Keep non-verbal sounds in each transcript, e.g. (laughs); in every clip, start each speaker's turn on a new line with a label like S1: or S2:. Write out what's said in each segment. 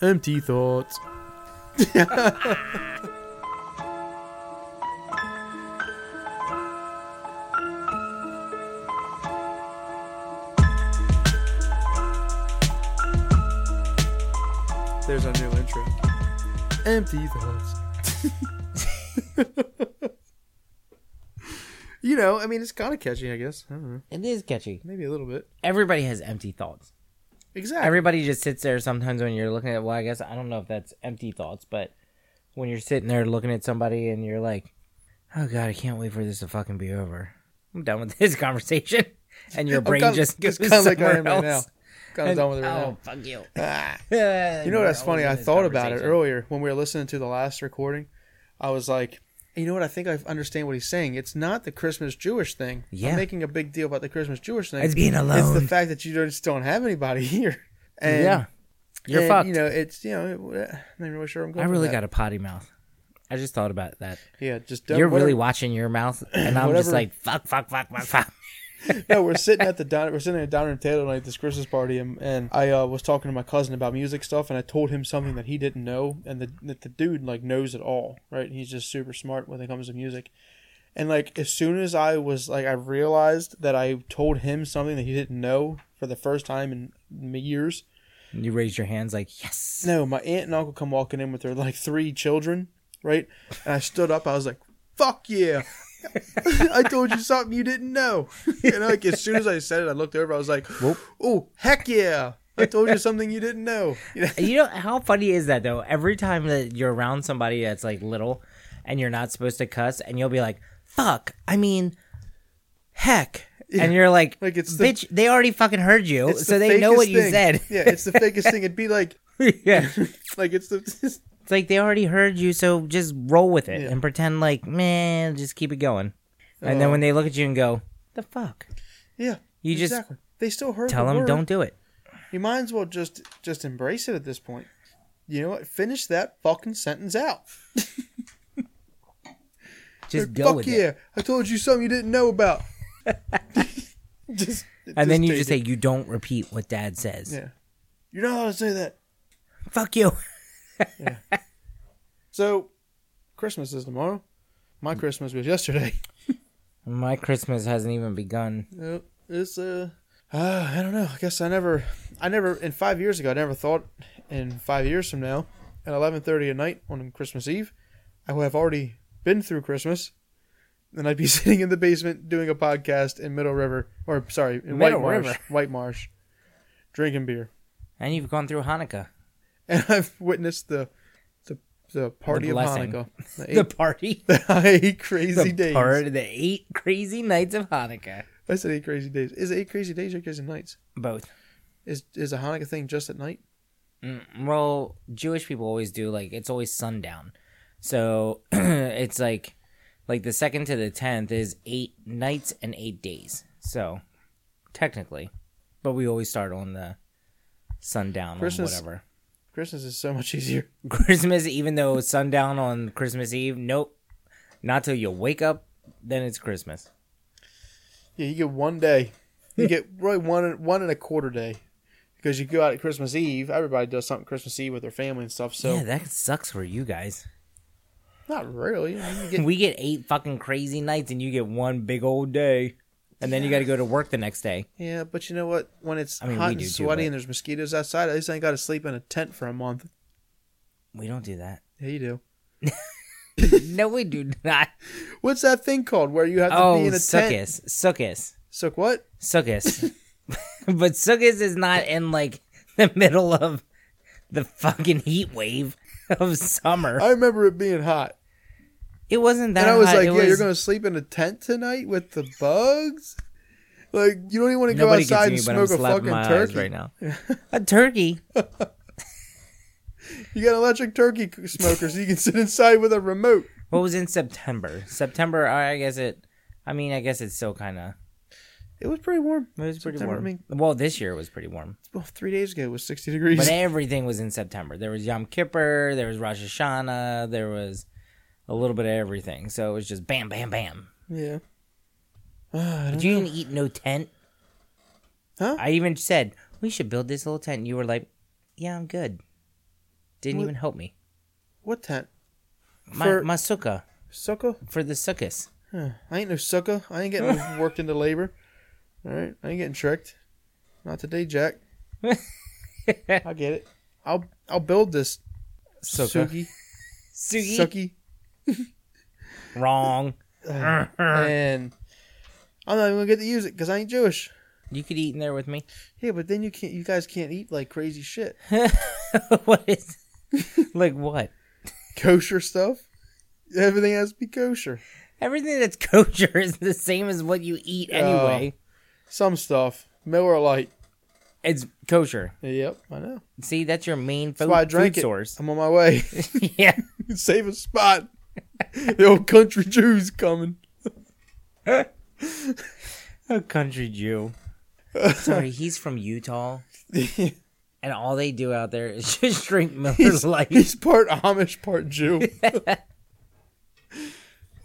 S1: Empty (laughs) thoughts.
S2: There's our new intro.
S1: Empty thoughts. you know, I mean, it's kind of catchy, I guess. I don't know.
S3: It is catchy.
S1: Maybe a little bit.
S3: Everybody has empty thoughts.
S1: Exactly.
S3: Everybody just sits there sometimes when you're looking at, well, I guess, I don't know if that's empty thoughts, but when you're sitting there looking at somebody and you're like, oh God, I can't wait for this to fucking be over. I'm done with (laughs) this conversation. And your
S1: I'm
S3: brain
S1: kinda-
S3: just
S1: (laughs)
S3: goes
S1: it's kinda like I
S3: somewhere
S1: am right
S3: else.
S1: now. Kind of
S3: And-
S1: done with it right
S3: oh,
S1: now.
S3: fuck you. (laughs)
S1: Ah.
S3: you
S1: You know what's funny? I thought about it earlier when we were listening to the last recording. I was like, you know what? I think I understand what he's saying. It's not the Christmas Jewish thing.
S3: Yeah.
S1: I'm making a big deal about the Christmas Jewish thing.
S3: It's being
S1: It's the
S3: alone.
S1: fact that you don't- just don't have anybody (laughs) here. And,
S3: yeah. You're
S1: and,
S3: fucked.
S1: You know, it's you know, it- eh, I'm not really sure. where I'm
S3: I
S1: going.
S3: really
S1: got
S3: got a potty mouth. I just thought about that.
S1: Yeah, just don't,
S3: You're really
S1: whatever-
S3: watching your mouth, and I'm just
S1: Whatever.
S3: like, fuck, fuck, fuck, fuck, fuck.
S1: (laughs) no, we're sitting at the din- we're sitting at a dining room table tonight at this Christmas party, and, and I uh, was talking to my cousin about music stuff, and I told him something that he didn't know, and the that the dude like knows it all, right? He's just super smart when it comes to music, and like as soon as I was like I realized that I told him something that he didn't know for the first time in m- years.
S3: You raise your hands like, yes.
S1: No, my aunt and uncle come walking in with their like three children, right? And I stood up, I was like, "Fuck yeah." (laughs) I told you something you didn't know. you know, like as soon as I said it, I looked over. I was like,
S3: Whoop.
S1: "Oh, heck yeah! I told you something you didn't know." You
S3: (laughs)
S1: know?
S3: You know how funny is that though? Every time that you're around somebody that's like little, and you're not supposed to cuss, and you'll be like, "Fuck," I mean, heck, and you're like,
S1: Like, it's the-
S3: bitch, they already fucking heard you,
S1: It's
S3: so
S1: the
S3: they know
S1: fakest
S3: what you
S1: thing.
S3: said. (laughs)
S1: Yeah, it's the fakest thing. It'd be like, (laughs)
S3: yeah,
S1: like it's the
S3: it's like they already heard you, so just roll with it
S1: Yeah.
S3: and pretend like, man, just keep it going. And
S1: Uh,
S3: then when they look at you and go, "The fuck,"
S1: yeah.
S3: You just
S1: they still heard.
S3: tell
S1: the
S3: them
S1: word.
S3: don't do it.
S1: You might as well just just embrace it at this point. You know what? Finish that fucking sentence out.
S3: Just
S1: Like,
S3: go
S1: Fuck
S3: with
S1: yeah!
S3: it.
S1: I told you something you didn't know about. just
S3: And then you
S1: take
S3: (laughs) just
S1: it.
S3: say, "You don't repeat what Dad says."
S1: Yeah. You're not allowed to say that.
S3: Fuck you.
S1: So, Christmas is tomorrow. My Christmas was
S3: (laughs)
S1: yesterday.
S3: My Christmas hasn't even begun.
S1: Uh, It's uh, uh, I don't know. I guess I never, I never in five years ago, I never thought in five years from now, at eleven thirty at night on Christmas Eve, I would have already been through Christmas, and I'd be (laughs) sitting in the basement doing a podcast in Middle River, or sorry, in
S3: Middle
S1: White Marsh,
S3: River.
S1: White Marsh, drinking beer,
S3: And you've gone through Hanukkah.
S1: and (laughs) I've witnessed the, the, the party of
S3: blessing.
S1: Hanukkah, the
S3: (laughs) The
S1: eight,
S3: party.
S1: (laughs) eight crazy
S3: (laughs) The
S1: days.
S3: part the eight crazy nights of Hanukkah.
S1: I said eight crazy days. Is it eight crazy days or crazy nights?
S3: Both.
S1: Is is a Hanukkah thing just at night?
S3: Mm, Well, Jewish people always do like it's always sundown. So (clears throat) it's like like the second to the tenth is eight nights and eight days. So technically. But we always start on the sundown or
S1: Christmas-
S3: whatever. (laughs)
S1: Christmas is so much easier.
S3: Christmas, even though it's sundown on Christmas Eve, nope. Not till you wake up, then it's Christmas.
S1: Yeah, you get one day. You
S3: (laughs)
S1: get really one one and a quarter day because you go out at Christmas Eve. Everybody does something Christmas Eve with their family and stuff. So
S3: yeah, that sucks for you guys.
S1: not really. I mean, you get-
S3: we get eight fucking crazy nights and you get one big old day and then you got to go to work the next day
S1: yeah, but you know what? When it's
S3: I mean, we
S1: hot and
S3: do too,
S1: sweaty
S3: but-
S1: and there's mosquitoes outside, at least I ain't got to sleep in a tent for a month.
S3: we don't
S1: (laughs)
S3: do that
S1: Yeah, you do.
S3: no we do
S1: (laughs)
S3: not
S1: What's that thing called where you have to
S3: oh
S1: be in a tent?
S3: succus succus
S1: So what?
S3: succus (laughs) but succus is not in like (laughs) the middle of the fucking heat wave (laughs) of summer
S1: I remember it being hot,
S3: it wasn't that
S1: and I was
S3: hot.
S1: like,
S3: It
S1: "Yeah, you're gonna sleep in a tent tonight with the bugs." Like you don't even want to go
S3: nobody gets
S1: outside
S3: me
S1: and
S3: but i'm
S1: smoke a
S3: slapping
S1: fucking
S3: my
S1: turkey
S3: eyes right now
S1: (laughs)
S3: a turkey
S1: You got electric turkey c- smoker, so you can sit inside with a remote.
S3: what was in september september i guess it i mean i guess it's still kind of
S1: It was pretty warm.
S3: it was pretty
S1: September, I
S3: warm
S1: mean-
S3: well this year it was pretty warm
S1: (laughs) Well, three days ago it was sixty degrees. (laughs)
S3: But everything was in September. There was Yom Kippur, there was Rosh Hashanah, there was a little bit of everything. So it was just bam, bam, bam.
S1: yeah. Ah, I
S3: But
S1: don't-
S3: you didn't eat no tent.
S1: Huh?
S3: I even said, we should build this little tent. You were like, yeah, I'm good. Didn't
S1: What-
S3: even help me.
S1: What tent?
S3: My
S1: For-
S3: my sukkah
S1: Sucker?
S3: for the
S1: (laughs)
S3: sukkahs.
S1: Huh. I ain't no sucker. I ain't
S3: (laughs)
S1: getting worked into labor. All right, I ain't getting tricked. Not today, Jack.
S3: (laughs)
S1: I get it. I'll I'll build this
S3: Sukkah.
S1: Suki.
S3: Suki.
S1: Suki. (laughs)
S3: Wrong.
S1: and I'm not even gonna get to use it because I ain't Jewish.
S3: You could eat in there with me. (laughs)
S1: Yeah, but then you can't. You guys can't eat like crazy shit,
S3: what is? (laughs) like what?
S1: kosher stuff. Everything has to be kosher.
S3: Everything that's (laughs) kosher is the same as what you eat anyway.
S1: Some stuff. Miller Lite.
S3: it's kosher.
S1: Yep, I know.
S3: See, that's your main
S1: That's
S3: food,
S1: why I drank
S3: food
S1: it.
S3: source.
S1: I'm on my way.
S3: (laughs)
S1: (laughs)
S3: yeah.
S1: Save a spot. the old country Jew's coming.
S3: (laughs) A country
S1: (laughs)
S3: Jew. Sorry, he's from Utah,
S1: He's
S3: and all they do out there is (laughs) just drink
S1: (laughs)
S3: Miller's Lite.
S1: part Amish, part
S3: (laughs)
S1: Jew.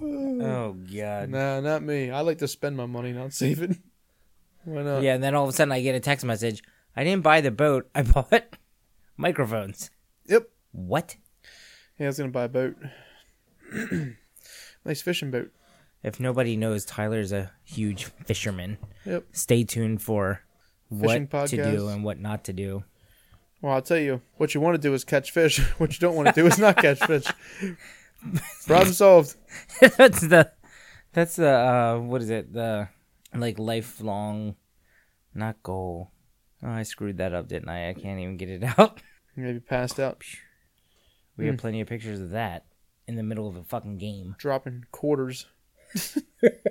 S3: Oh god.
S1: nah, not me. I like to spend my money, not save it. Why not?
S3: Yeah, and then all of a sudden I get a text message. I didn't buy the boat. I (laughs) bought microphones.
S1: Yep.
S3: What?
S1: Yeah, I was gonna buy a boat. nice fishing boat.
S3: If nobody knows, Tyler's a huge fisherman.
S1: Yep.
S3: Stay tuned for
S1: Fishing
S3: what to do
S1: podcast.
S3: and what not to do.
S1: Well, I'll tell you, what you want to do is catch fish. (laughs) What you don't want to do is not catch
S3: (laughs)
S1: fish. Problem solved.
S3: that's the that's the uh what is it the like lifelong not goal oh, i screwed that up didn't i i can't even get it (laughs) out
S1: Maybe passed out,
S3: we
S1: Hmm.
S3: have plenty of pictures of that in the middle of a fucking game
S1: dropping quarters. (laughs)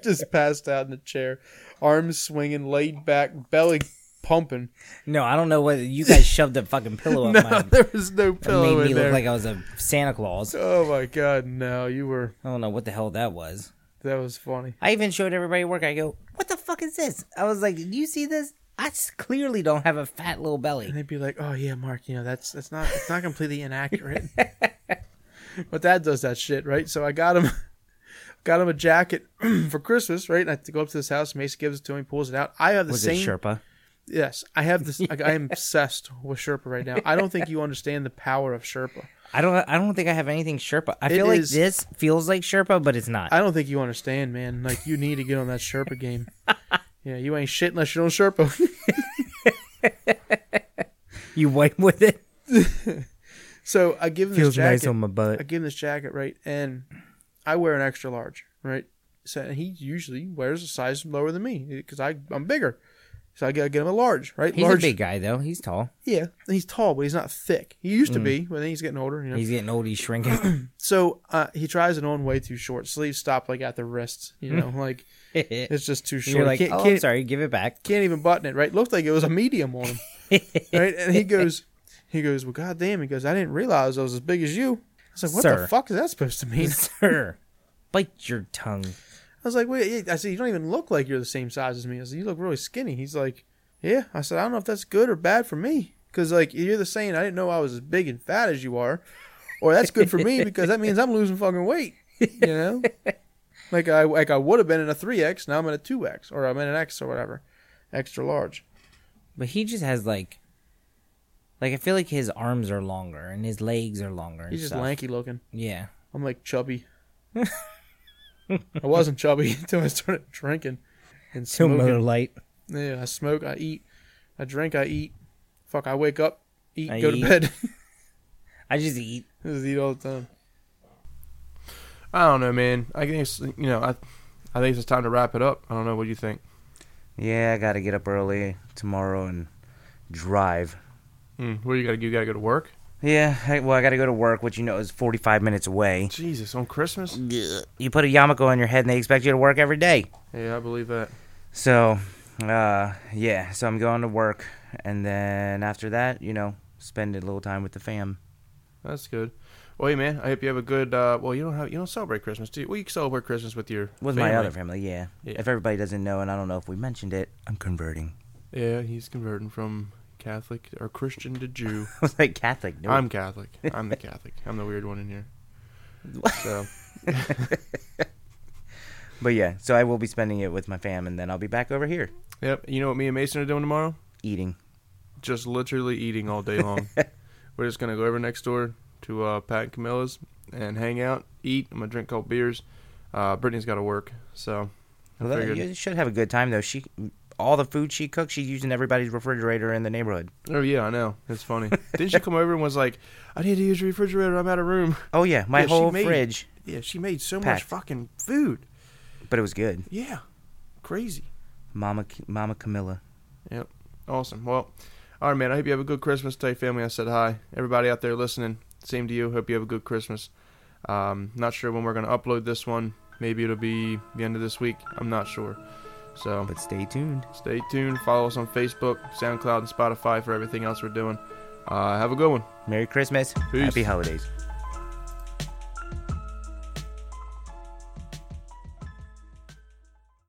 S1: Just passed out in the chair, arms swinging, laid back, belly pumping.
S3: no i don't know
S1: (laughs)
S3: what you guys shoved a fucking pillow up my
S1: No, there was no
S3: Oh,
S1: (laughs)
S3: made
S1: pillow
S3: me
S1: in
S3: look
S1: there.
S3: like i was a santa claus i
S1: oh my god, no! You were
S3: don't know what the hell that was
S1: that was funny.
S3: i even showed everybody at work i go what the fuck is this i was like do you see this i s- clearly don't have a fat little
S1: (laughs)
S3: belly
S1: And they'd be like, "Oh yeah, Mark, you know that's that's not it's not completely inaccurate." (laughs) but dad does that shit, right? So I got him, (laughs) got him a jacket (clears throat) for Christmas, right? And I had to go up to this house. Mace gives it to me, pulls it out. I have the
S3: was
S1: same.
S3: it sherpa
S1: Yes, I have
S3: (laughs)
S1: this. I, I am obsessed with Sherpa right now. I don't think you understand the power of Sherpa.
S3: I don't. I don't think I have anything Sherpa. I feel
S1: is-
S3: like this feels like Sherpa, but it's not.
S1: I don't think you understand, man. Like you need to get on that Sherpa
S3: (laughs)
S1: game. Yeah, you ain't shit unless you don't Sherpa. (laughs)
S3: you wipe with it.
S1: so I give him this
S3: (laughs) Feels
S1: jacket.
S3: nice on my
S1: I
S3: butt.
S1: give him this jacket, right? And I wear an extra large, right? So and he usually wears a size lower than me because I I'm bigger, so I gotta get him a large, right?
S3: He's
S1: large,
S3: a big guy though. He's tall.
S1: yeah. And he's tall, but he's not thick. He used to be, but then he's getting older. You know?
S3: Mm. He's getting old. He's (laughs) shrinking.
S1: So uh, he tries it on way too short. Sleeves stop like at the wrists, you
S3: (laughs)
S1: know, like it's just too short.
S3: You're
S1: He
S3: like,
S1: can't,
S3: oh, I'm
S1: can't-
S3: sorry. Give it back. (laughs)
S1: can't even button it, right? Looked like it was a medium on him, right? And he goes, he goes, well, goddamn, he goes, I didn't realize I was as big as you. I was like, what the
S3: Sir.
S1: fuck is that supposed to mean?
S3: Sir, bite your tongue.
S1: I was like, wait, I said, you don't even look like you're the same size as me. I said, you look really skinny. He's like, yeah. I said, I don't know if that's good or bad for me. Because, like, you're the saying, I didn't know I was as big and fat as you are. Or that's good for
S3: (laughs)
S1: me because that means I'm losing fucking weight. You know? like, I like I would have been in a 3X. Now I'm in a 2X. Or I'm in an X or whatever. Extra large.
S3: But he just has like, like I feel like his arms are longer and his legs are longer. And
S1: He's just
S3: stuff.
S1: lanky looking.
S3: Yeah.
S1: I'm like
S3: (laughs)
S1: chubby. I wasn't chubby (laughs) until I started drinking and
S3: Till
S1: smoking.
S3: Miller Light.
S1: Yeah, I smoke, I eat, I drink, I eat. Fuck, I wake up, eat,
S3: I
S1: go
S3: eat.
S1: to bed. (laughs)
S3: I just eat.
S1: Just eat all the time. I don't know, man. I think it's, you know, I, I think it's time to wrap it up. I don't know what you think.
S2: Yeah, I gotta get up early tomorrow and drive.
S1: Mm, where you gotta you gotta go to work?
S2: Yeah, I, well, I gotta go to work, which you know is 45 minutes away.
S1: Jesus, on Christmas?
S2: You put a yarmulke on your head and they expect you to work every day.
S1: Yeah, I believe that.
S2: So, uh, yeah, so I'm going to work. And then after that, you know, spend a little time with the fam.
S1: That's good. Well, hey, man, I hope you have a good. Uh, well, you don't have you don't celebrate Christmas, do you? Well, you can celebrate Christmas with your
S2: With my other family, yeah.
S1: Yeah.
S2: If everybody doesn't know, and I don't know if we mentioned it, I'm converting. (laughs)
S1: Yeah, he's converting from Catholic or Christian
S2: (laughs)
S1: to Jew.
S2: I was like Catholic. No,
S1: I'm Catholic. I'm the Catholic. I'm the weird one in
S2: (laughs)
S1: here. So.
S2: but yeah, so I will be spending it with my fam, and then I'll be back over here
S1: Yep. You know what me and Mason are doing tomorrow?
S2: eating.
S3: (laughs)
S1: Just literally eating all day long. We're just gonna go over next door to uh, Pat and Camilla's and hang out, eat. I'm gonna drink a couple beers. Uh, Brittany's got to work, so I
S3: Well,
S1: figured-
S3: you should have a good time though. She, all the food she cooks, she's using everybody's refrigerator in the neighborhood.
S1: Oh yeah, I know. It's funny.
S3: (laughs)
S1: Didn't she come over and was like, "I need to use your refrigerator. I'm out of room." (laughs)
S3: Oh yeah, my
S1: Yeah, she
S3: whole
S1: made-
S3: fridge,
S1: Yeah, she made so much
S3: Packed.
S1: fucking food.
S3: but it was good.
S1: Yeah, crazy.
S3: Mama, Mama Camilla.
S1: Awesome. Well, all right, man. I hope you have a good Christmas. Tell your family I said hi. Everybody out there listening, same to you. Hope you have a good Christmas. Um, not sure when we're gonna upload this one. Maybe it'll be the end of this week. I'm not sure. So
S3: But stay tuned.
S1: stay tuned. Follow us on Facebook, SoundCloud, and Spotify for everything else we're doing. Uh, have a good one.
S3: Merry Christmas.
S1: Peace.
S3: Happy holidays.